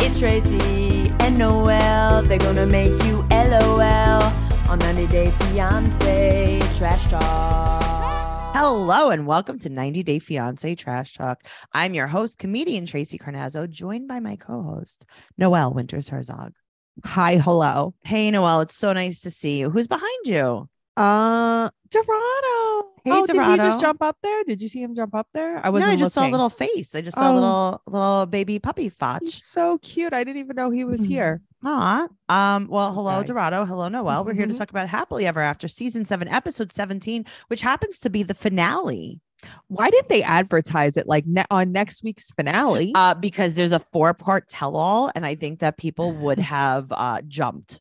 It's Tracy and Noel. They're gonna make you LOL on 90 Day Fiance Trash Talk. Hello and welcome to 90 Day Fiance Trash Talk. I'm your host, comedian Tracy Carnazzo, joined by my co-host, Noelle Winters Herzog. Hi, hello. Hey Noelle, it's so nice to see you. Who's behind you? Uh, Dorado. Hey, oh, did he Dorado. just jump up there? Did you see him jump up there? I No, wasn't. I just saw a looking. little face. I just saw a Oh. little little baby puppy He's fotch. so cute. I didn't even know he was Mhm. here. Aw. Um, well, hello, Okay. Dorado. Hello, Noelle. We're here to Mhm. talk about Happily Ever After season seven, episode 17, which happens to be the finale. Why didn't they advertise it like ne- on next week's finale? Uh, because there's a four-part tell-all, and I think that people would have uh jumped.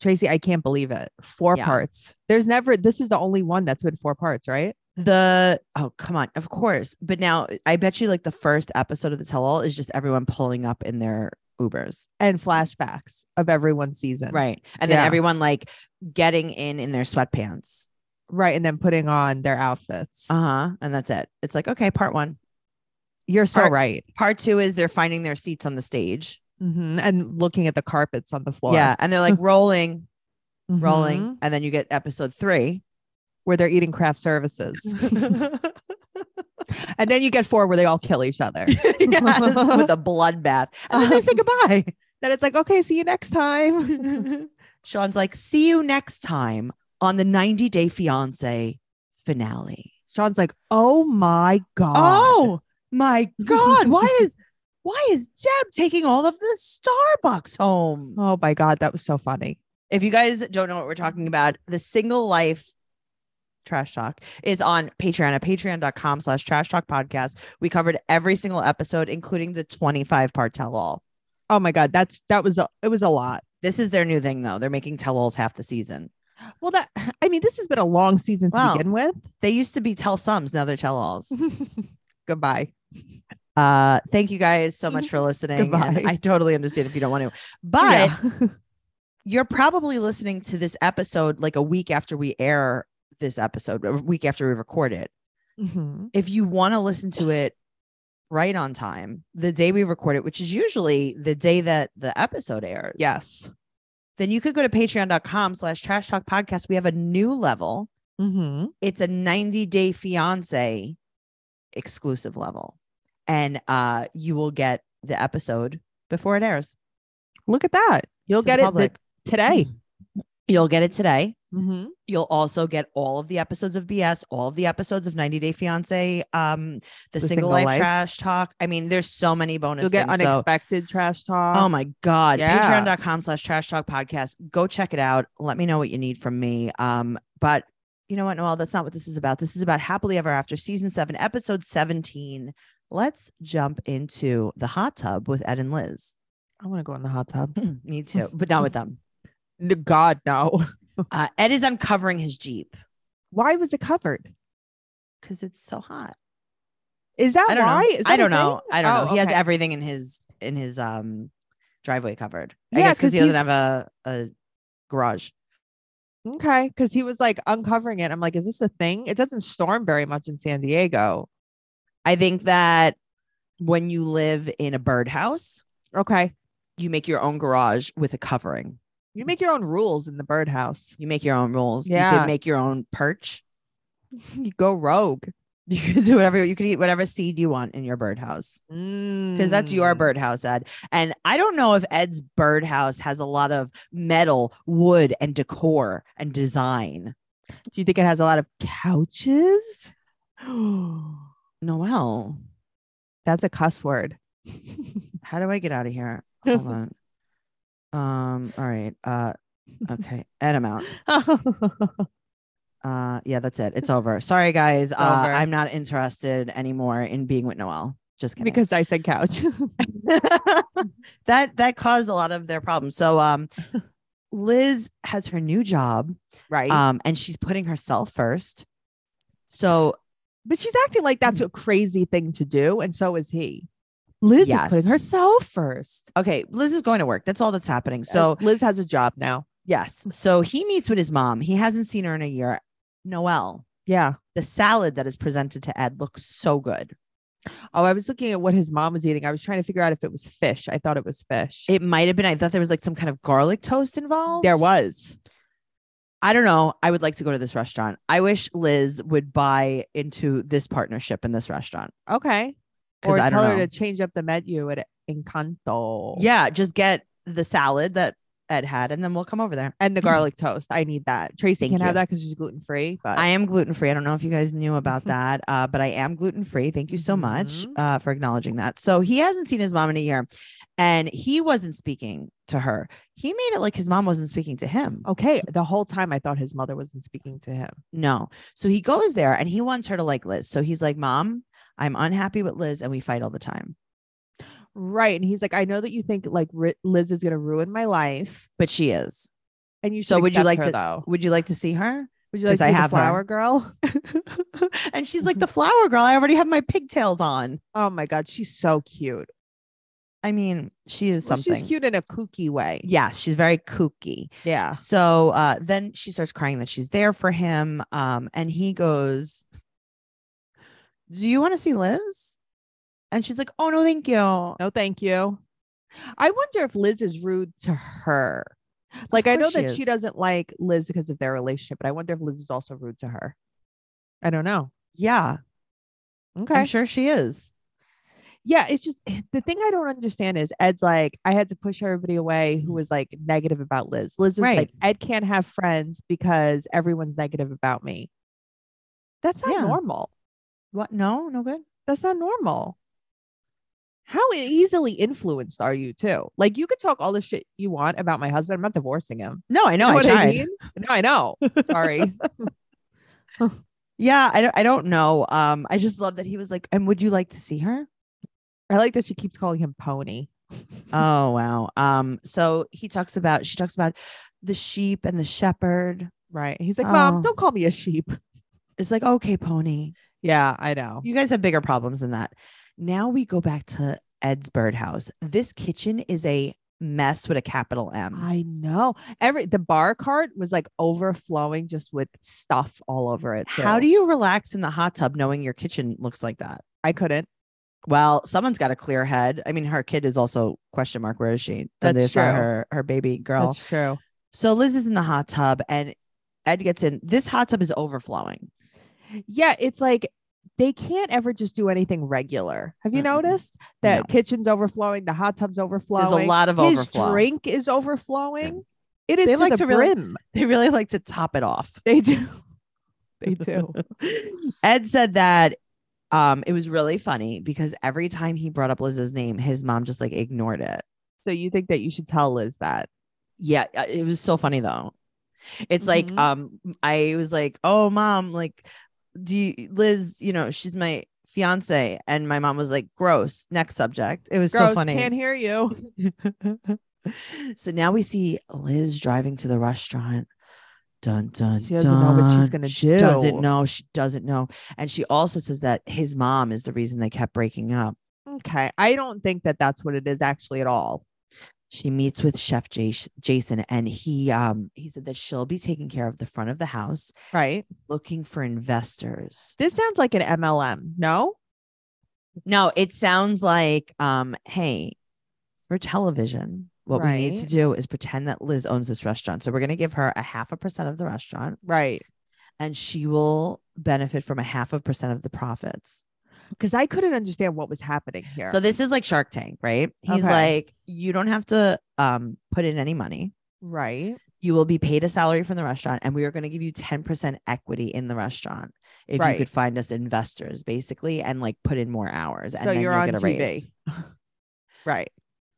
Tracy, I can't believe it. Four Yeah. parts. There's never. This is the only one that's been four parts, right? the oh come on of course but now i bet you like the first episode of the tell all is just everyone pulling up in their ubers And flashbacks of everyone's season, right and then Yeah. everyone like getting in in their sweatpants Right, and then putting on their outfits. uh-huh and that's it it's like okay part one You're so part- right. part two is they're finding their seats on the stage Mhm. And looking at the carpets on the floor. yeah and they're like rolling rolling Mhm. and then you get episode three where they're eating craft services. And then you get four where they all kill each other. Yes, with a bloodbath and then they say Um, goodbye Then it's like, okay, see you next time. Sean's like, see you next time on the 90 Day Fiance finale. Sean's like, oh my God. Oh my God. Why is why is Deb taking all of the Starbucks home? Oh my God. That was so funny. If you guys don't know what we're talking about, the single life trash talk is on Patreon at patreon.com slash trash talk podcast. We covered every single episode, including the 25 part tell all. Oh my God. That's that was a, it was a lot. This is their new thing though. They're making tell alls half the season. Well, that I mean, this has been a long season to Wow. begin with. They used to be tell somes, now they're tell alls. Goodbye. Uh, thank you guys so much for listening. Goodbye. And I totally understand if you don't want to, but you're probably listening to this episode like a week after we air this episode, a week after we record it. Mhm. If you want to listen to it right on time, the day we record it, which is usually the day that the episode airs, yes. then you could go to patreon.com slash trash talk podcast. We have a new level. hmm it's a 90 day fiance exclusive level and uh you will get the episode before it airs Look at that. You'll to get the it th- public. today. you'll get it today Mm-hmm. you'll also get all of the episodes of bs all of the episodes of 90 day fiance um The the, single, Single life, Life. trash talk i mean there's so many bonus You'll get things, so- unexpected trash talk. Oh my God. Yeah. Patreon.com slash trash talk podcast. Go check it out. Let me know what you need from me. Um, but you know what, Noel? That's not what this is about. This is about Happily Ever After season seven, episode 17. Let's jump into the hot tub with Ed and Liz. I want to go in the hot tub. me too, but not with them. N- God, no. Uh, Ed is uncovering his Jeep Why was it covered? because it's so hot. Is that I don't why? know. Is that I a don't know. thing? I don't know. Oh, He has okay. everything in his, in his, um, driveway covered. I Yeah, guess because 'cause he doesn't he's- have a, a garage. Okay, because he was like uncovering it. I'm like, is this a thing? It doesn't storm very much in San Diego. I think that when you live in a birdhouse, Okay, you make your own garage with a covering. you make your own rules in the birdhouse. You make your own rules. You Yeah. could make your own perch. You go rogue You could do whatever you could eat whatever seed you want in your birdhouse because because that's your birdhouse, Ed. And I don't know if Ed's birdhouse has a lot of metal, wood, and decor and design. Do you think it has a lot of couches? Noel, that's a cuss word. how do I get out of here? Hold on. Um. All right. Uh. Okay. Ed, I'm out. Uh, yeah, that's it. It's over. Sorry, guys. Uh, over. I'm not interested anymore in being with Noel. Just kidding. because I said couch. that that caused a lot of their problems. So, um, Liz has her new job, right. um, and she's putting herself first. So but she's acting like Mm. that's a crazy thing to do. And so is he. Liz Yes. is putting herself first. okay, Liz is going to work. That's all that's happening. So So Liz has a job now. yes, so he meets with his mom. He hasn't seen her in a year. Noel, Yeah. the salad that is presented to Ed looks so good. Oh, I was looking at what his mom was eating. I was trying to figure out if it was fish. I thought it was fish. It might have been. I thought there was like some kind of garlic toast involved. there was. I don't know. I would like to go to this restaurant. I wish Liz would buy into this partnership in this restaurant. Okay. 'Cause Or I don't tell her know. to change up the menu at Encanto. Yeah, just get the salad that Ed had, and then we'll come over there. And the garlic toast. I need that. Tracy Mm. Thank can you. have that because she's gluten free. But I am gluten free. I don't know if you guys knew about that, uh, but I am gluten free. Thank you so much Mhm. uh, for acknowledging that. So he hasn't seen his mom in a year, and he wasn't speaking to her. He made it like his mom wasn't speaking to him. okay. The whole time I thought his mother wasn't speaking to him. No. So he goes there and he wants her to like Liz. So he's like, Mom, I'm unhappy with Liz, and we fight all the time. Right. And he's like, I know that you think like Ri- Liz is going to ruin my life. But she is. And you should So would you accept like her, to- though. Would you like to see her? Would you like 'Cause to I be the have her. flower girl? and she's Mm-hmm. like, The flower girl. I already have my pigtails on. oh my God. She's so cute. I mean, she is Well, something. she's cute in a kooky way. Yes, she's very kooky. Yeah. So uh, then she starts crying that she's there for him. Um, and he goes, Do you want to see Liz? And she's like, Oh, no, thank you. No, thank you. I wonder if Liz is rude to her. Like, I know course she that she is. doesn't like Liz because of their relationship, but I wonder if Liz is also rude to her. I don't know. Yeah, Okay. I'm sure she is. yeah. It's just eh, the thing I don't understand is Ed's like, I had to push everybody away who was like negative about Liz. Liz is Right. like, Ed can't have friends because everyone's negative about me. That's not Yeah. normal. What? No, no good. That's not normal. How easily influenced are you, too? Like, you could talk all the shit you want about my husband. I'm not divorcing him. No, I know. know I what tried. I mean? No, I know. Sorry. Yeah, I don't, I don't know. Um, I just love that he was like, And would you like to see her? I like that she keeps calling him pony. Oh, wow. Um, so he talks about, she talks about the sheep and the shepherd. Right. He's like, Mom, Oh. don't call me a sheep. It's like, okay, pony. Yeah, I know. You guys have bigger problems than that. Now we go back to Ed's birdhouse. This kitchen is a mess with a capital M. I know. Every the bar cart was like overflowing just with stuff all over it. How do you relax in the hot tub knowing your kitchen looks like that? I couldn't? Well, someone's got a clear head. I mean, her kid is also question mark. Where is she? Did That's they saw true. her her baby girl. That's true. so Liz is in the hot tub and Ed gets in. This hot tub is overflowing. Yeah, it's like they can't ever just do anything regular. Have you Mm-mm. noticed that kitchen's overflowing, the hot tub's overflowing? There's a lot of His overflow. drink is overflowing. It is They to like the to brim. really- They really like to top it off. They do. They do. Ed said that um it was really funny because every time he brought up Liz's name, his mom just like ignored it. So you think that you should tell Liz that? Yeah, uh, it was so funny though. It's Mhm. like um I was like, "Oh mom, like do you Liz, you know, she's my fiance." And my mom was like, "Gross." Next subject. It was so Gross, funny. Can't hear you. So now we see Liz driving to the restaurant. Dun dun. She doesn't know what she's dun. gonna She doesn't do. know. She doesn't know. And she also says that his mom is the reason they kept breaking up. okay, I don't think that that's what it is actually at all. she meets with chef Jas- jason and he um he said that she'll be taking care of the front of the house Right? looking for investors This sounds like an MLM. No, no it sounds like um hey for television what we need to Right. do is pretend that liz owns this restaurant so we're going to give her a half a percent of the restaurant right? and she will benefit from a half a percent of the profits Because I couldn't understand what was happening here. so this is like shark tank right he's Okay. like you don't have to um put in any money right? you will be paid a salary from the restaurant and we are going to give you 10% equity in the restaurant if you Right. could find us investors basically and like put in more hours and so then you're will on get a TV, raise right?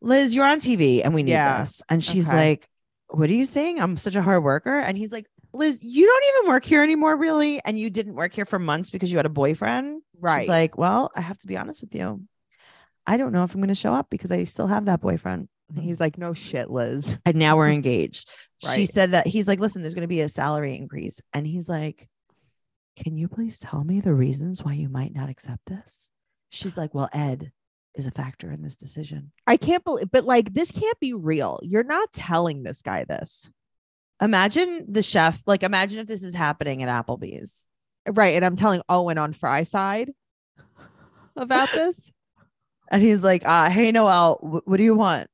liz you're on tv and we need Yeah. this and she's Okay. like what are you saying i'm such a hard worker and he's like liz you don't even work here anymore really and you didn't work here for months because you had a boyfriend Right? she's like well i have to be honest with you i don't know if i'm going to show up because i still have that boyfriend He's like, no shit, Liz. and now we're engaged. She Right. said that he's like, listen, there's going to be a salary increase. And he's like, can you please tell me the reasons why you might not accept this? She's like, well, Ed is a factor in this decision. I can't believe, but like, this can't be real. You're not telling this guy this, Imagine the chef, like, imagine if this is happening at Applebee's. right? And I'm telling Owen on Fry side. about this. And he's like, uh, hey, Noel, wh- what do you want?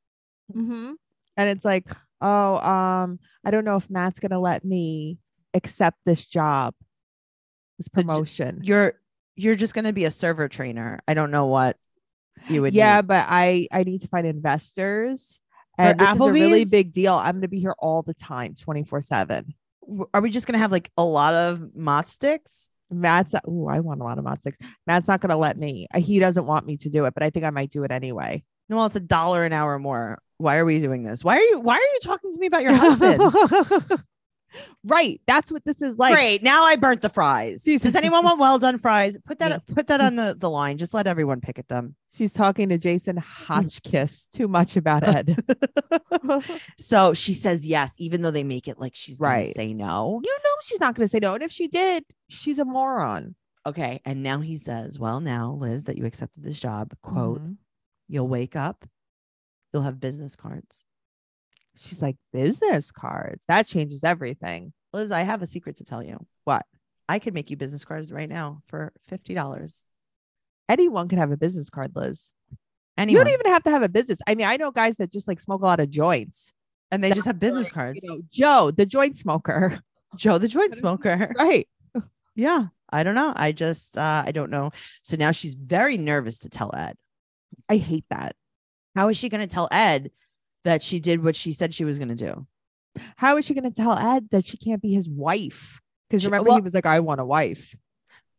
Mm-hmm. hmm And it's like, oh, um, I don't know if Matt's gonna let me accept this job, this The j- promotion. You're you're just gonna be a server trainer. I don't know what you would yeah, need." but I I need to find investors. For And this is a really Applebee's? big deal. I'm gonna be here all the time, 24 seven. W- Are we just gonna have like a lot of mott sticks? Matt's oh, I want a lot of mod six. Matt's not gonna let me. Uh, He doesn't want me to do it, but I think I might do it anyway. Noel, it's a dollar an hour more. Why are we doing this? Why are you why are you talking to me about your husband? right. That's what this is like. Great. Now I burnt the fries. Does anyone want well done fries? Put that put that on the, the line. Just let everyone pick at them. She's talking to Jason Hotchkiss too much about Ed. So she says yes, even though they make it like she's gonna Right. say no. you know she's not going to say no. And if she did, she's a moron. Okay. And now he says, Well, now, Liz, that you accepted this job, quote, Mhm. you'll wake up, you'll have business cards. She's like, business cards. That changes everything. Liz, I have a secret to tell you. What? I could make you business cards right now for fifty dollars. Anyone could have a business card, Liz. Anyone. You don't even have to have a business. I mean, I know guys that just like smoke a lot of joints. and they just have business Like, cards. You know, Joe, the joint smoker. Joe the joint smoker. right. Yeah. I don't know. I just uh I don't know. So now she's very nervous to tell Ed. I hate that. How is she gonna tell Ed that she did what she said she was gonna do? How is she going to tell Ed that she can't be his wife? Because She- remember, well- he was like, I want a wife.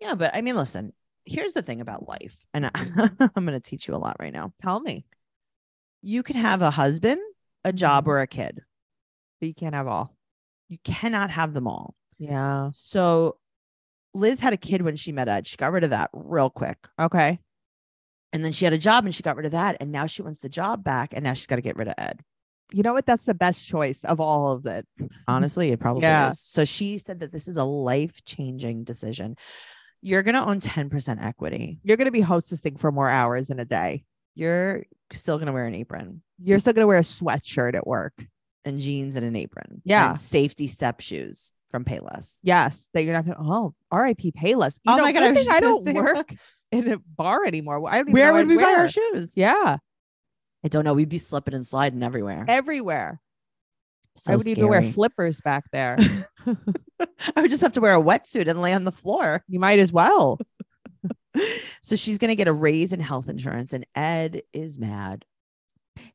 Yeah, but I mean, listen, here's the thing about life, and I, I'm going to teach you a lot right now. Tell me. You can have a husband, a job, Mhm. or a kid. But you can't have all. You cannot have them all. Yeah. So Liz had a kid when she met Ed. She got rid of that real quick. Okay. And then she had a job and she got rid of that. And now she wants the job back. And now she's got to get rid of Ed. You know what? That's the best choice of all of it. Honestly, it probably Yeah. is. So she said that this is a life changing decision. You're going to own 10% equity. You're going to be hostessing for more hours in a day. You're still going to wear an apron. You're still going to wear a sweatshirt at work. and jeans and an apron. Yeah. And safety step shoes from Payless. Yes. That you're not going to, oh, RIP Payless. You Oh know, my God, one I was thing just I gonna don't say- work in a bar anymore. I don't even Where know would I'd we buy wear. our shoes? Yeah. I don't know. We'd be slipping and sliding everywhere. Everywhere. so I would even wear scary. flippers back there. I would just have to wear a wetsuit and lay on the floor. you might as well. So she's going to get a raise in health insurance. And Ed is mad.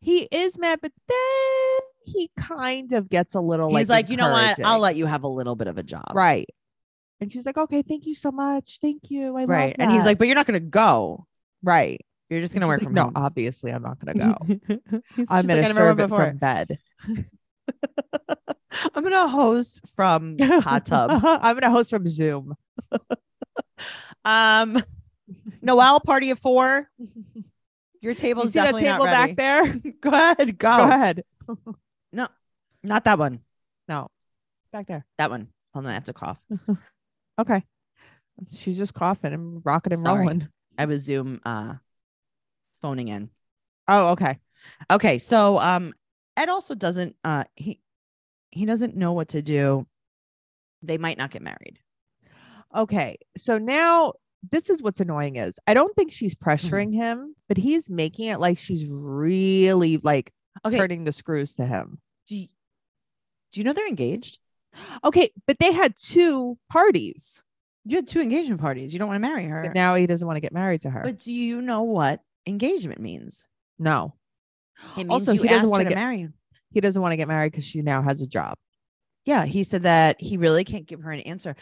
He is mad, but then he kind of gets a little He's like, you know what? I'll encouraging. let you have a little bit of a job. Right. And she's like, okay, thank you so much. Thank you. I love Right. And he's that." like, but you're not going to go. right. You're just And going to work she's from like, home. No, obviously, I'm not going to go. He's I'm going just like, to "I never went serve it before." from bed. I'm going to host from hot tub. I'm going to host from Zoom. Um, Noel, party of four. Your You table's see that definitely table not ready. back there? Go ahead, go. Go ahead. Not that one. No, back there. That one. Hold on, I have to cough. Okay. She's just coughing and rocking and Sorry. rolling. I was Zoom uh, phoning in. Oh, okay. Okay, so um, Ed also doesn't uh, he he doesn't know what to do. They might not get married. Okay. So now this is what's annoying is I don't think she's pressuring him, but he's making it like she's really like Okay. turning the screws to him. Do you, do you know they're engaged? Okay, but they had two parties. You had two engagement parties. You don't want to marry her. But now he doesn't want to get married to her. But do you know what engagement means? no. It means Also, you he doesn't asked her wanna to get- marry him. He doesn't want to get married because she now has a job. yeah he said that he really can't give her an answer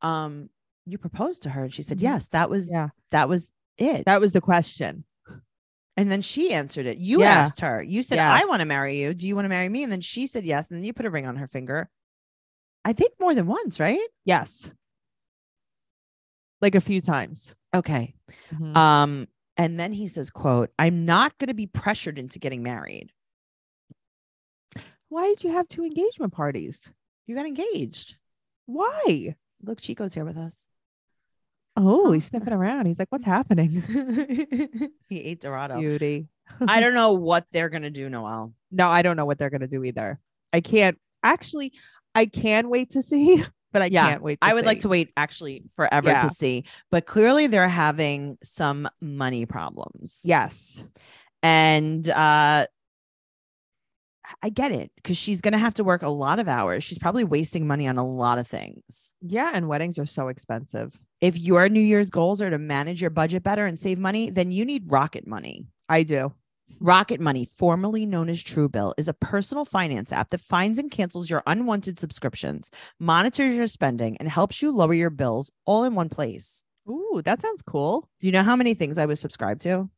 um you proposed to her and she said Mhm. yes that was Yeah. Mm-hmm. that was it That was the question. and then she answered it you Yeah. asked her you said i Yes. want to marry you do you want to marry me and then she said yes and then you put a ring on her finger i think more than once right Yes. Like a few times. okay Mhm. um and then he says quote i'm not going to be pressured into getting married Why did you have two engagement parties? you got engaged Why? look chico's here with us Oh, Oh. he's sniffing around. He's like, what's happening? he ate dorado Beauty. i don't know what they're going to do noel No, I don't know what they're going to do either. I can't actually, I can wait to see but I Yeah, can't wait. To I would like see. to wait actually forever Yeah. to see, but clearly they're having some money problems. Yes. And uh I get it because she's going to have to work a lot of hours. She's probably wasting money on a lot of things. Yeah, and weddings are so expensive. If your New Year's goals are to manage your budget better and save money, then you need rocket money. I do. Rocket Money, formerly known as Truebill, is a personal finance app that finds and cancels your unwanted subscriptions, monitors your spending, and helps you lower your bills all in one place. Ooh, that sounds cool. Do you know how many things I was subscribed to?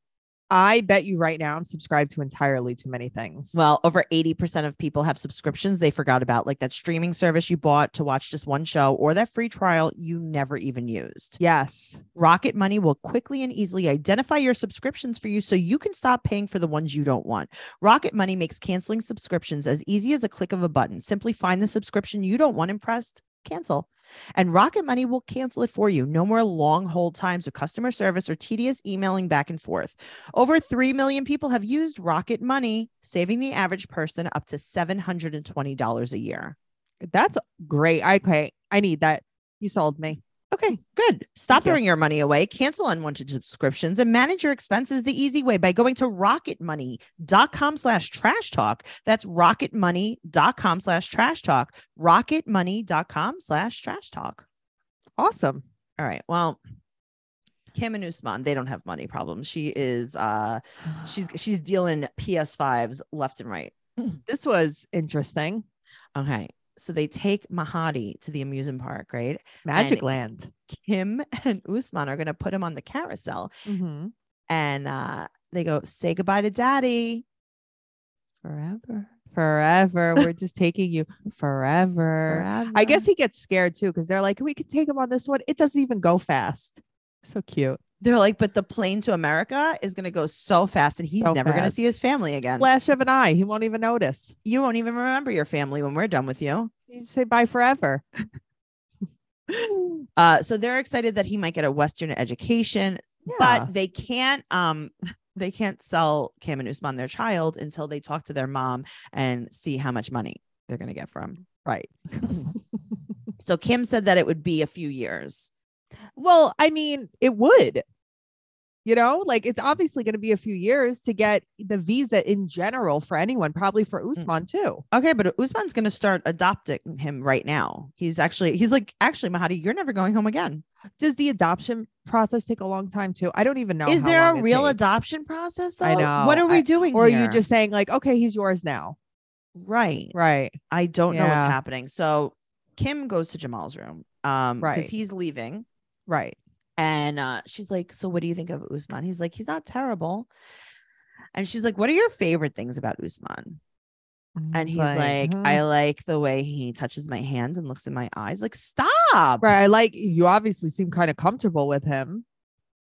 I bet you right now I'm subscribed to entirely too many things. Well, over 80% of people have subscriptions they forgot about, like that streaming service you bought to watch just one show or that free trial you never even used. yes. Rocket Money will quickly and easily identify your subscriptions for you so you can stop paying for the ones you don't want. Rocket Money makes canceling subscriptions as easy as a click of a button. Simply find the subscription you don't want and press cancel. And Rocket Money will cancel it for you. No more long hold times with customer service or tedious emailing back and forth. Over 3 million people have used Rocket Money, saving the average person up to $720 a year. That's great. I- Okay. I need that. You sold me. Okay, good. Mm. Thank Stop you. throwing your money away, cancel unwanted subscriptions, and manage your expenses the easy way by going to rocketmoney.com slash trash talk. That's rocketmoney.com slash trash talk. Rocketmoney.com slash trash talk. Awesome. All right. Well, Kim and Usman, they don't have money problems. She is uh she's she's dealing PS5s left and right. this was interesting. Okay. So they take Mahadi to the amusement park, right? Magic land. Kim and Usman are gonna put him on the carousel. Mhm. and uh, they go say goodbye to daddy forever Forever. We're just taking you forever. forever I guess he gets scared too because they're like, we could take him on this one. It doesn't even go fast. So cute. they're like but the plane to america is going to go so fast and he's So never going to fast. see his family again Flash of an eye. He won't even notice. you won't even remember your family when we're done with you You just say bye forever. uh, so they're excited that he might get a western education Yeah. but they can't um they can't sell Kim and Usman their child until they talk to their mom and see how much money they're going to get from. right. So Kim said that it would be a few years. well, I mean, it would. You know, like it's obviously going to be a few years to get the visa in general for anyone, probably for Mm. Usman too. Okay, but Usman's going to start adopting him right now. He's actually, he's like, actually, Mahadi, you're never going home again. Does the adoption process take a long time too? I don't even know. Is how there a long it real takes. adoption process? Though? I What know. are we I- doing? Or are you here? just saying like, okay, he's yours now? right? Right. I don't know what's Yeah. happening. So Kim goes to Jamal's room, um, Right. because he's leaving, Right. and uh, she's like, "So what do you think of Usman?" He's like, "He's not terrible," and she's like, "What are your favorite things about Usman?" And It's he's like, hmm. "I like the way he touches my hand and looks in my eyes." Like, stop. right. I like you obviously seem kind of comfortable with him.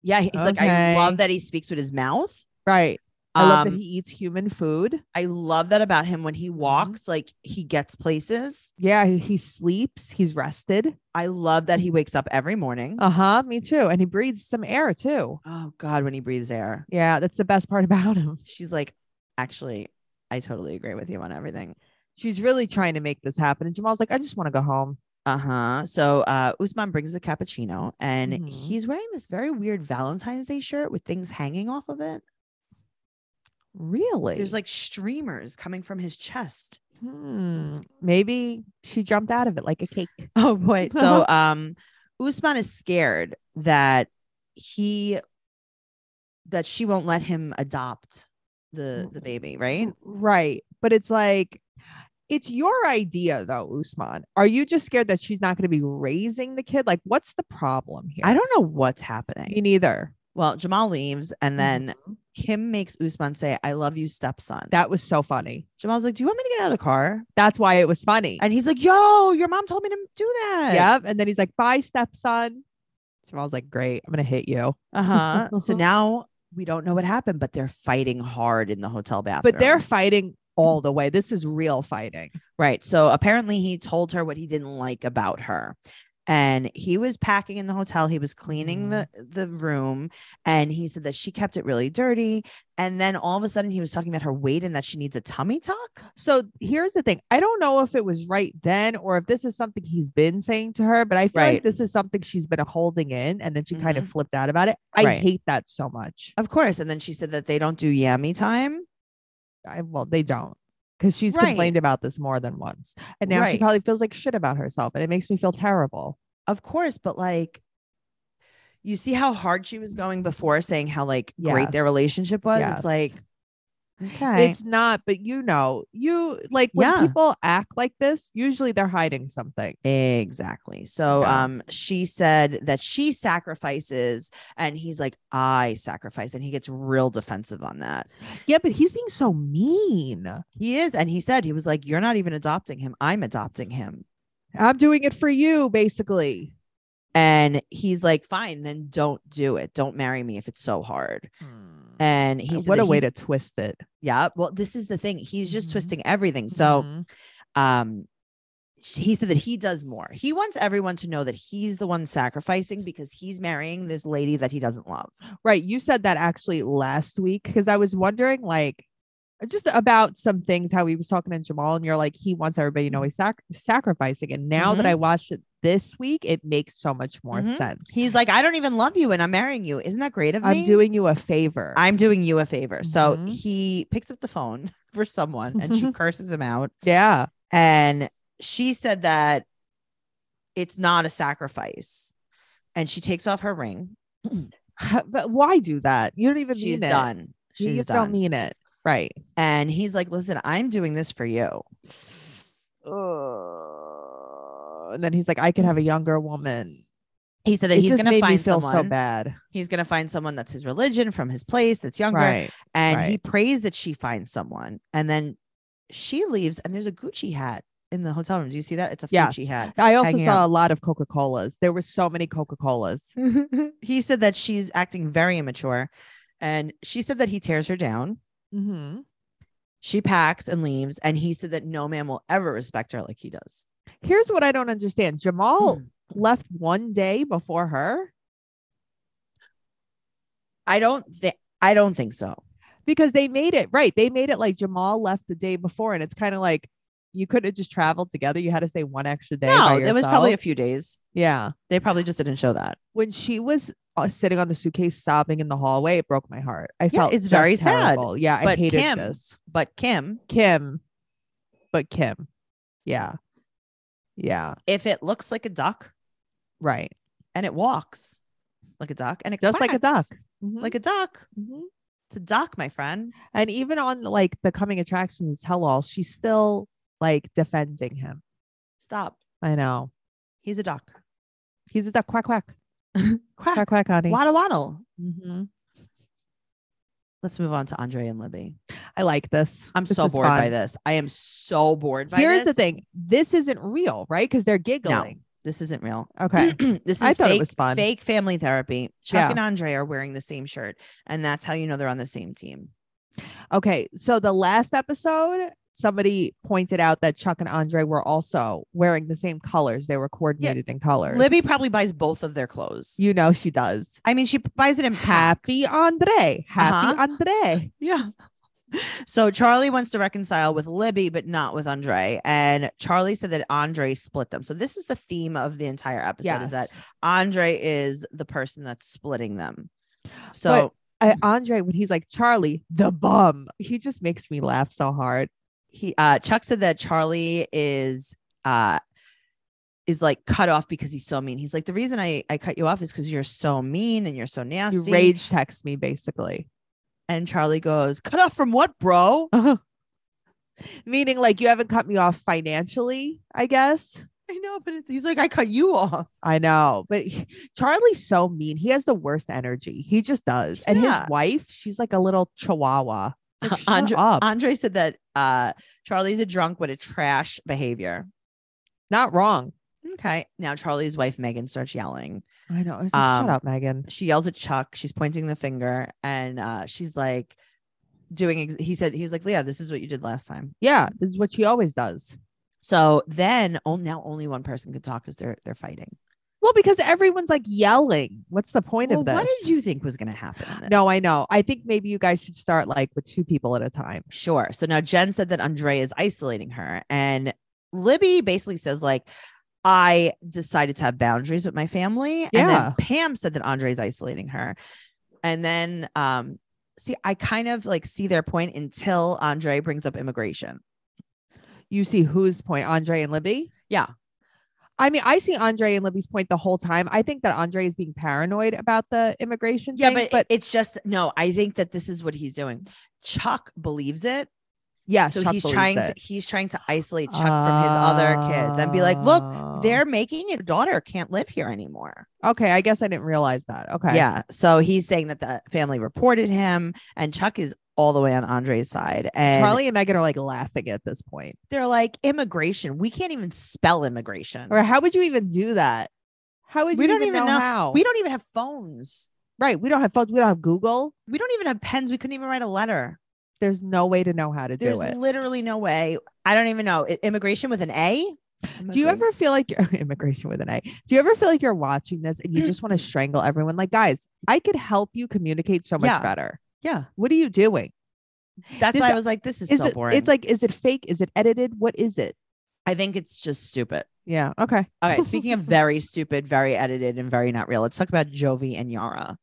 Yeah, he's like, I love Okay. that he speaks with his mouth. Right. I love Um, that he Mm-hmm. eats human food. I love that about him when he walks, like he gets places. Yeah, he, he sleeps. He's rested. I love that he wakes up every morning. Uh huh. Me too. And he breathes some air too. oh God, when he breathes air, Yeah, that's the best part about him. she's like, actually, I totally agree with you on everything. She's really trying to make this happen. And Jamal's like, I just want to go home. Uh huh. So uh, Usman brings the cappuccino, and Mhm. he's wearing this very weird Valentine's Day shirt with things hanging off of it. Really? There's like streamers coming from his chest. hmm, maybe she jumped out of it like a cake. Oh boy. So um Usman is scared that he that she won't let him adopt the Mm-hmm. the baby, right? Right. But it's like, it's your idea though, Usman. Are you just scared that she's not going to be raising the kid? Like, what's the problem here? I don't know what's Me happening. neither. Well, Jamal leaves and then Mhm. Kim makes Usman say, I love you, stepson. that was so funny. Jamal's like, Do you want me to get out of the car? That's why it was funny. And he's like, Yo, your mom told me to do that. Yep. And then he's like, bye, stepson. Jamal's like, great. I'm going to hit you. Uh-huh. so now we don't know what happened, but they're fighting hard in the hotel bathroom. But they're fighting all the way. This is real fighting. Right. So apparently he told her what he didn't like about her. and he was packing in the hotel he was cleaning the the room and he said that she kept it really dirty and then all of a sudden he was talking about her weight and that she needs a tummy tuck So here's the thing. I don't know if it was right then or if this is something he's been saying to her, but I feel Right. Mm-hmm. like this is something she's been holding in and then she kind of flipped out about it. I Right. hate that so much. of course and then she said that they don't do yummy time I, well, they don't because she's Right. complained about this more than once. And now she Right. probably feels like shit about herself and it makes me feel terrible. of course but like you see how hard she was going before saying how like great their Yes. relationship was Yes. it's like okay It's not, but you know, you like when Yeah. people act like this, usually they're hiding something. Exactly. So Yeah. um she said that she sacrifices and he's like I sacrifice and he gets real defensive on that. Yeah, but he's being so mean. He is and he said he was like you're not even adopting him. I'm adopting him. I'm doing it for you, basically. And he's like fine then don't do it. Don't marry me if it's so hard. And he said Uh, what that a way he- to twist it. Yeah, well this is the thing. He's just Mhm. twisting everything. So Mhm. um sh- he said that he does more. He wants everyone to know that he's the one sacrificing because he's marrying this lady that he doesn't love. right, you said that actually last week because I was wondering, like, just about some things how he was talking to Jamal, and you're like, he wants everybody to know he's sac- sacrificing. And now that Mhm. I watched it this week, it makes so much more Mhm. sense. He's like, I don't even love you, and I'm marrying you. Isn't that great of me? I'm doing you a favor. I'm doing you a favor. So Mhm. he picks up the phone for someone, and Mm-hmm. she curses him out. yeah. And she said that it's not a sacrifice, and she takes off her ring. but why do that? You don't even She's mean it. done. You She's just done. don't mean it. Right. and he's like, "Listen, I'm doing this for you." Uh, and then he's like, I could have a younger woman. He said that it he's just going to made me find feel someone. so bad. he's going to find someone that's his religion, from his place, that's younger, Right. and he right. prays that she finds someone and then she leaves and there's a gucci hat in the hotel room do you see that it's a Yes. gucci hat I also hanging saw a lot of Coca Colas. There were so many Coca Colas. he said that she's acting very immature and she said that he tears her down Mm-hmm. hmm she packs and leaves and he said that no man will ever respect her like he does Here's what I don't understand Jamal Mm. left one day before her i don't think i don't think so because they made it right. They made it like Jamal left the day before. And it's kind of like you could have just traveled together. You had to stay one extra day. no by it was probably a yourself. few days yeah. they probably just didn't show that When she was uh, sitting on the suitcase sobbing in the hallway, it broke my heart. I felt it's just very sad, terrible. Yeah. I but hated Kim- this. but kim Kim, but Kim. Yeah. Yeah. if it looks like a duck Right. and it walks like a duck and it Just like a duck. quacks Mhm. like a duck Mhm. it's a duck my friend And even on like the coming attractions tell all, she's still like defending him. stop I know. He's a duck. He's just a quack quack. Quack. Quack quack honey. Waddle waddle. Mhm. Let's move on to Andre and Libby. I like this. I'm This so is bored by fun. this. I am so bored by Here's the this. thing. This isn't real, right? Because they're giggling. This isn't real. Okay. this is I thought it fake, was fun. fake family therapy. Chuck Yeah. and Andre are wearing the same shirt, and that's how you know they're on the same team. Okay. So the last episode, somebody pointed out that Chuck and Andre were also wearing the same colors. They were coordinated in colors. Libby probably buys both of their clothes. You know she does. I mean, she p- buys it in packs. Happy Andre. Happy Uh-huh. Andre. Yeah. So Charlie wants to reconcile with Libby, but not with Andre. And Charlie said that Andre split them. So this is the theme of the entire episode: is that Andre is the person that's splitting them. So Mm. I, Andre, when he's like Charlie the bum, he just makes me laugh so hard. he uh Chuck said that Charlie is uh is like cut off because he's so mean. He's like, the reason I, I cut you off is because you're so mean and you're so He nasty. rage texts me basically, And Charlie goes, Cut off from what, bro? meaning like you haven't cut me off financially, I guess. I know, Oh, but it's, he's like, I cut you off. I know, but he- Charlie's so mean. He has the worst energy. He just does. And Yeah. his wife, she's like a little chihuahua. It's like, "Shut Andre, up. Andre said that uh Charlie's a drunk with a trash behavior. Not wrong. Okay. Now Charlie's wife Megan starts yelling. I know. I was like, Um, Shut up, Megan. she yells at Chuck. She's pointing the finger, and uh, she's like doing. Ex- he said, "He's like, Leah, this is what you did last time." Yeah, this is what she always does. So then, oh, now only one person can talk because they're they're fighting. Well, because everyone's like yelling. What's the point Well, of this? what did you think was going to happen? in no, this? I know. I think maybe you guys should start like with two people at a time. Sure. So now Jen said that Andrea is isolating her, and Libby basically says like, "I decided to have boundaries with my family." And Yeah. then Pam said that Andre is isolating her, and then um, see, I kind of like see their point until Andre brings up immigration. You see whose point, Andre and Libby? Yeah. I mean, I see Andre and Libby's point the whole time. I think that Andre is being paranoid about the immigration Yeah, thing, but, it's just no. I think that this is what he's doing. Chuck believes it, yeah, so Chuck he's believes trying to it. he's trying to isolate Chuck from his other kids and be like, "Look, they're making your daughter can't live here anymore." Oh. okay. I guess I didn't realize that. Okay, Yeah. So he's saying that the family reported him, and Chuck is all the way on Andre's side. And Charlie and Megan are like laughing at this point. they're like, immigration. We can't even spell immigration. Or how would you even do that? How would We you don't even even know, know- how? We don't even have phones. right. We don't have phones. We don't have Google. We don't even have pens. We couldn't even write a letter. There's no way to know how to There's do it. literally no way. I don't even know. I- immigration with an A? Do you ever feel like you're immigration with an A? Do you ever feel like you're watching this and you just want to strangle everyone? Like, guys, I could help you communicate so much Yeah. better. Yeah. What are you doing? That's This- why I was like, this is, Is so it, boring. It's like, is it fake? Is it edited? What is it? I think it's just stupid. Yeah. Okay. All right. Speaking of very stupid, very edited, and very not real, let's talk about Jovi and Yara.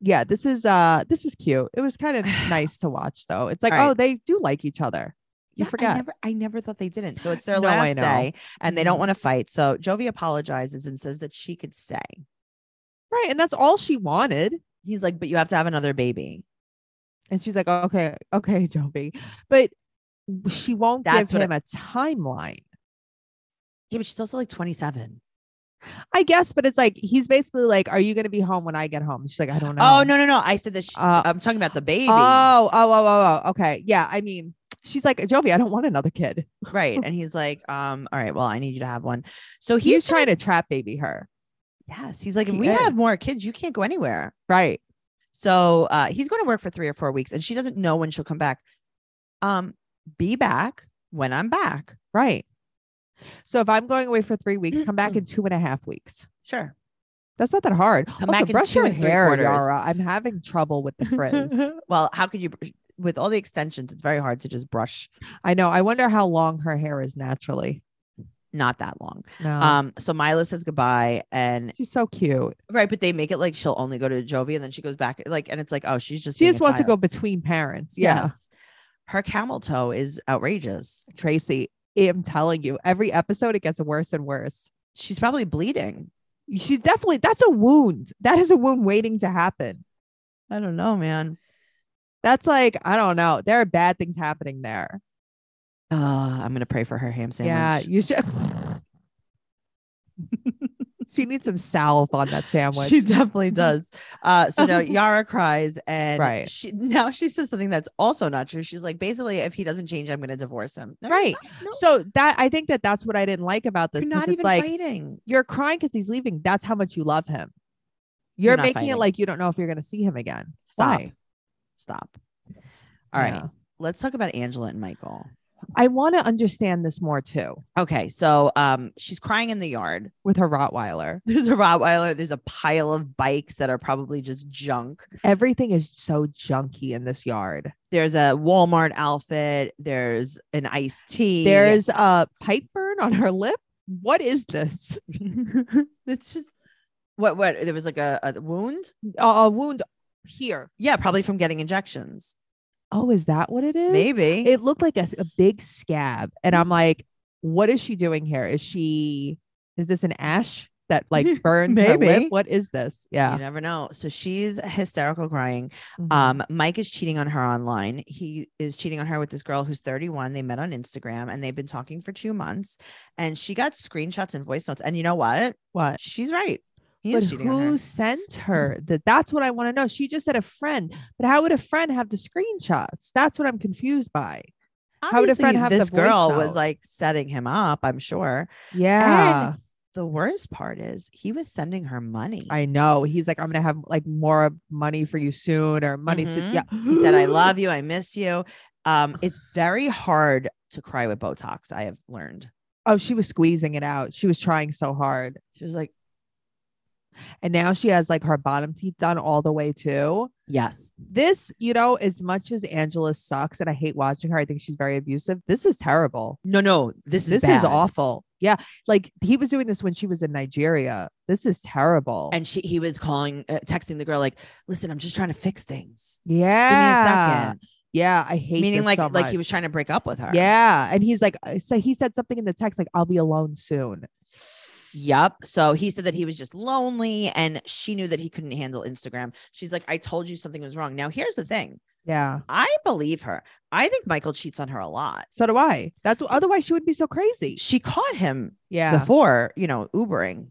Yeah. This is uh this was cute. It was kind of nice to watch though. It's like, All right. oh, they do like each other. You I forgot. never, I never thought they didn't. So it's their No, I last know. day, and they don't Mhm. want to fight. So Jovi apologizes and says that she could stay. Right. And that's all she wanted. He's like, "But you have to have another baby." And she's like, okay, okay, Joby. But she won't That's give what him a timeline. Yeah, but she's also like 27. I guess, but it's like he's basically like, Are you gonna be home when I get home? She's like, I don't know. Oh no, no, no! I said that. She, Uh, I'm talking about the baby, Oh, oh, oh, oh, oh. Okay. Yeah. I mean, she's like, Jovi, I don't want another kid. right? And he's like, "Um, all right, well, I need you to have one." So He's, he's, trying to trap baby her. trying. Yes, he's like, "If He we have is. more kids, you can't go anywhere." Right. So uh, he's going to work for three or four weeks, and she doesn't know when she'll come back. Um, be back when I'm back. Right. So if I'm going away for three weeks, come back in two and a half weeks. Sure. That's not that hard. Come also, back in brush two your and three hair, quarters. Yara. I'm having trouble with the frizz. well, how could you? With all the extensions, it's very hard to just brush I know. I wonder how long her hair is naturally. not that long. No. Um, so Mila says goodbye, and she's so cute. right, but they make it like she'll only go to Jovi, and then she goes back, like, and it's like, oh, she's just She being just a wants to go child. between parents. Yeah. Yes. her camel toe is outrageous. Tracy, I'm telling you, every episode it gets worse and worse. She's probably bleeding. She's definitely, that's a wound. That is a wound waiting to happen. I don't know, man. That's like, I don't know. There are bad things happening there. Uh, I'm gonna pray for her ham sandwich. Yeah. You should. she needs some salve on that sandwich. She definitely does. Uh, so now Yara cries, and Right. she now she says something that's also not true. She's like, basically, if he doesn't change, I'm gonna divorce him. No, you're Right. not. No, so that, I think that that's what I didn't like about this. you're 'cause not it's even like, fighting. you're crying because he's leaving. That's how much you love him. You're, You're not making it fighting. like you don't know if you're going to see him again. Stop. Why? Stop. All right. Yeah. Let's talk about Angela and Michael. I want to understand this more too Okay. So um she's crying in the yard. with her Rottweiler. There's a Rottweiler. There's a pile of bikes that are probably just junk. Everything is so junky in this yard. There's a Walmart outfit. There's an iced tea. There's a pipe burn on her lip. What is this? it's just what what there was like a, a wound. A, a wound here. Yeah, probably from getting injections. Oh, is that what it is? Maybe. It looked like a, s- a big scab. And I'm like, what is she doing here? Is she, is this an ash that like burns her Maybe. lip? What is this? you Yeah. never know. So she's hysterical crying. Mhm. Um, Mike is cheating on her online. He is cheating on her with this girl who's 31. They met on Instagram and they've been talking for two months. And she got screenshots and voice notes. And you know what? what? She's right. He But is cheating on who her. Mm. sent her that? That's what I want to know. She just said a friend, but how would a friend have the screenshots? That's what I'm confused by. how would a Obviously, friend have the this voice girl was note? like setting him up, I'm sure. Yeah, The worst part is he was sending her money. I know. He's like, I'm gonna have like more money for you soon, or money soon. Mhm. Yeah, he said, I love you, I miss you. Um, it's very hard to cry with Botox, I have learned. Oh, she was squeezing it out. She was trying so hard. She was like, And now she has like her bottom teeth done all the way too. Yes. This, you know, as much as Angela sucks and I hate watching her, I think she's very abusive. This is terrible. No, no. This is this is bad. awful. Yeah. Like he was doing this when she was in Nigeria. This is terrible. And she he was calling, uh, texting the girl like, "Listen, I'm just trying to fix things. Give me a yeah. second. Yeah. I hate Meaning this like so like much. he was trying to break up with her. Yeah. And he's like, uh, so he said something in the text, like, I'll be alone soon. Yep. So he said that he was just lonely and she knew that he couldn't handle Instagram. She's like, I told you something was wrong. Now, here's the thing Yeah. I believe her. I think Michael cheats on her a lot. So do I. That's what, otherwise she would be so crazy. She caught him Yeah. before, you know, Ubering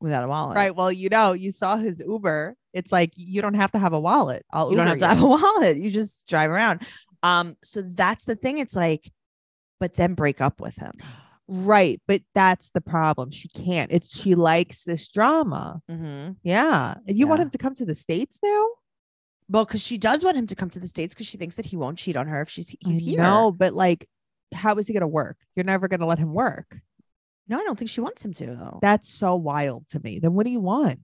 without a wallet. Right. Well, you know, you saw his Uber. It's like you don't have to have a wallet. I'll You don't Oh, Uber have to have a wallet. You just drive around. Um, so that's the thing. It's like, but then break up with him. Right. But that's the problem. She can't. It's she likes this drama. Mm-hmm. Yeah. And you want Yeah. him to come to the States now? Well, because she does want him to come to the States because she thinks that he won't cheat on her if she's he's here. No, but like, how is he gonna work? You're never gonna let him work. no, I don't think she wants him to, though. That's so wild to me. Then what do you want?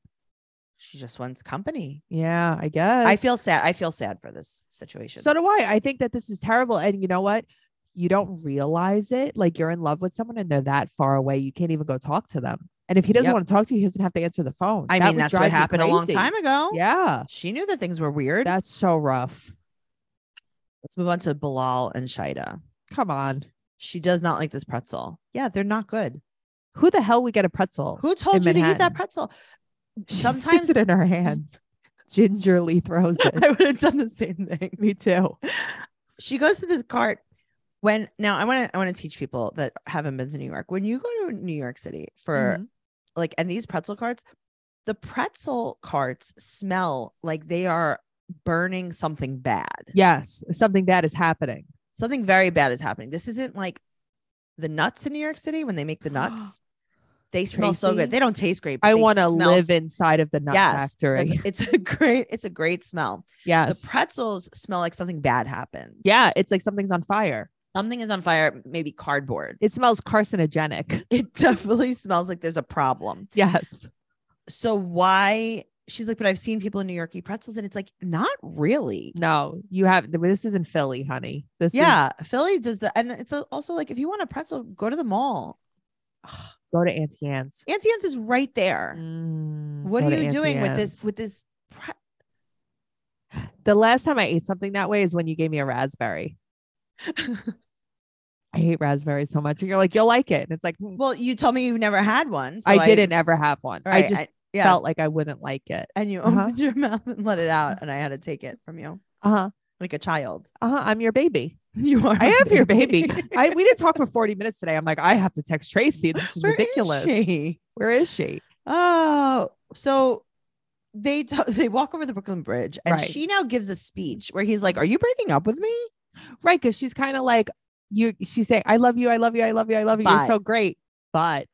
she just wants company. Yeah, I guess. I feel sad. I feel sad for this situation. So do I. I think that this is terrible. And you know what? You don't realize it. Like you're in love with someone and they're that far away. You can't even go talk to them. And if he doesn't Yep. want to talk to you, he doesn't have to answer the phone. I That mean, would that's what drive me happened a long crazy. time ago. Yeah. She knew that things were weird. That's so rough. Let's move on to Bilal and Shida. Come on. She does not like this pretzel. Yeah, they're not good. Who the hell would get a pretzel? Who told you to eat Oh, Manhattan. that pretzel? She Sometimes- sticks it in her hand. Gingerly throws it. I would have done the same thing. me too. She goes to this cart. When now I want to I want to teach people that haven't been to New York. When you go to New York City for Mhm. like and these pretzel carts the pretzel carts smell like they are burning something bad Yes. Something bad is happening. something very bad is happening this isn't like the nuts in new york city when they make the nuts they smell so Tracy, good they don't taste great but I they want to smell live so- inside of the nut Yes, factory. that's- it's a great it's a great smell yes. the pretzels smell like something bad happened yeah. It's like something's on fire. something is on fire maybe cardboard It smells carcinogenic. it definitely smells like there's a problem Yes. so why she's like but i've seen people in new york eat pretzels and it's like not really No, you have this isn't Philly, honey. This is Yeah, Philly does that, and it's al- also like if you want a pretzel, go to the mall. go to Auntie Anne's. Auntie Anne's is right there. Mm, Mm, What are you doing with this? With this? Pre- The last time I ate something that way is when you gave me a raspberry. I hate raspberries so much. And you're like, you'll like it. And it's like, mm, well, you told me you never had one. so I didn't ever have one. Right, I just yes, felt like I wouldn't like it. and you uh-huh. opened your mouth and let it out, and I had to take it from you Uh huh. like a child. Uh huh. I'm your baby. You are. I am your baby. I we didn't talk for 40 minutes today. I'm like, I have to text Tracy. This is Where is ridiculous. she? Where is she? Oh, so they t- they walk over the Brooklyn Bridge, and Right. she now gives a speech where he's like, "Are you breaking up with me?" Right. Cause she's kind of like, you, she's saying, I love you. I love you. I love you. I love you. But- You're so great. But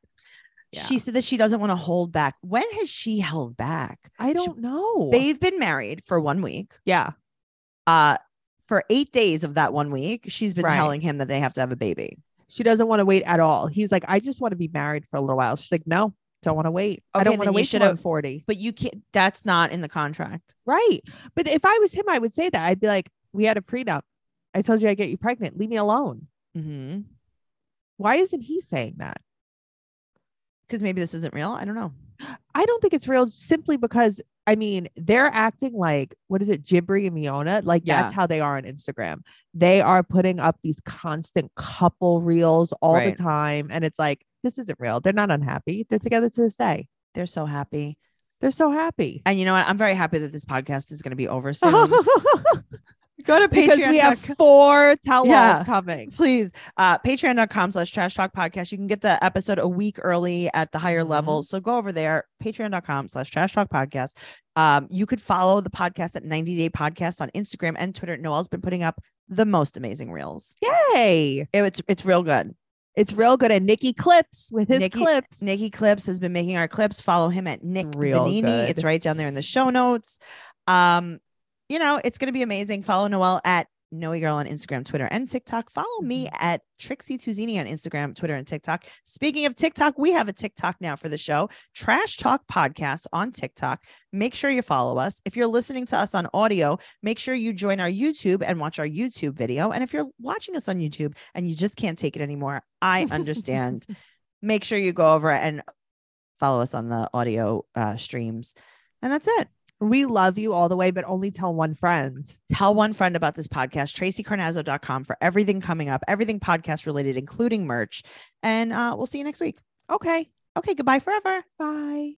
She said that she doesn't want to hold back. When has she held back? I She- don't know. They've been married for one week. yeah. Uh, for eight days of that one week, she's been Right. telling him that they have to have a baby. She doesn't want to wait at all. He's like, I just want to be married for a little while. She's like, no, don't want to wait. I Okay, don't want then to you wait till shoulda- I'm 40. But you can't. That's not in the contract. Right. But if I was him, I would say that. I'd be like, we had a prenup. I told you I get you pregnant. Leave me alone. Mm-hmm. Why isn't he saying that? Because maybe this isn't real. I don't know. I don't think it's real simply because I mean, they're acting like what is it, Jibri and Miona? Like that's Yeah. how they are on Instagram. They are putting up these constant couple reels all Right. the time. And it's like, this isn't real. They're not unhappy. They're together to this day. They're so happy, They're so happy. and you know what? I'm very happy that this podcast is going to be over soon. Go to because we have patreon.com. four tell Yeah. coming. Please, uh, patreon.com slash trash talk podcast. You can get the episode a week early at the higher Mhm. level. So go over there, patreon.com slash trash talk podcast. Um, you could follow the podcast at 90 Day Podcast on Instagram and Twitter. Noel's been putting up the most amazing reels. Yay. It- It's it's real good. It's real good. And Nikki clips with his Nikki- clips. Nikki Clips has been making our clips. Follow him at Nick Real Vanini. good. It's right down there in the show notes. Um, you know, it's gonna be amazing. Follow Noel at Noe Girl on Instagram, Twitter, and TikTok. Follow me Mm-hmm. at Trixie Tuzini on Instagram, Twitter, and TikTok. Speaking of TikTok, we have a TikTok now for the show, Trash Talk Podcast on TikTok. Make sure you follow us. If you're listening to us on audio, make sure you join our YouTube and watch our YouTube video. And if you're watching us on YouTube and you just can't take it anymore, I understand. make sure you go over and follow us on the audio uh, streams. And that's it. We love you all the way, but only tell one friend. Tell one friend about this podcast, tracycarnazzo.com, for everything coming up, everything podcast related, including merch. And uh, we'll see you next week. Okay. Okay, goodbye forever. Bye.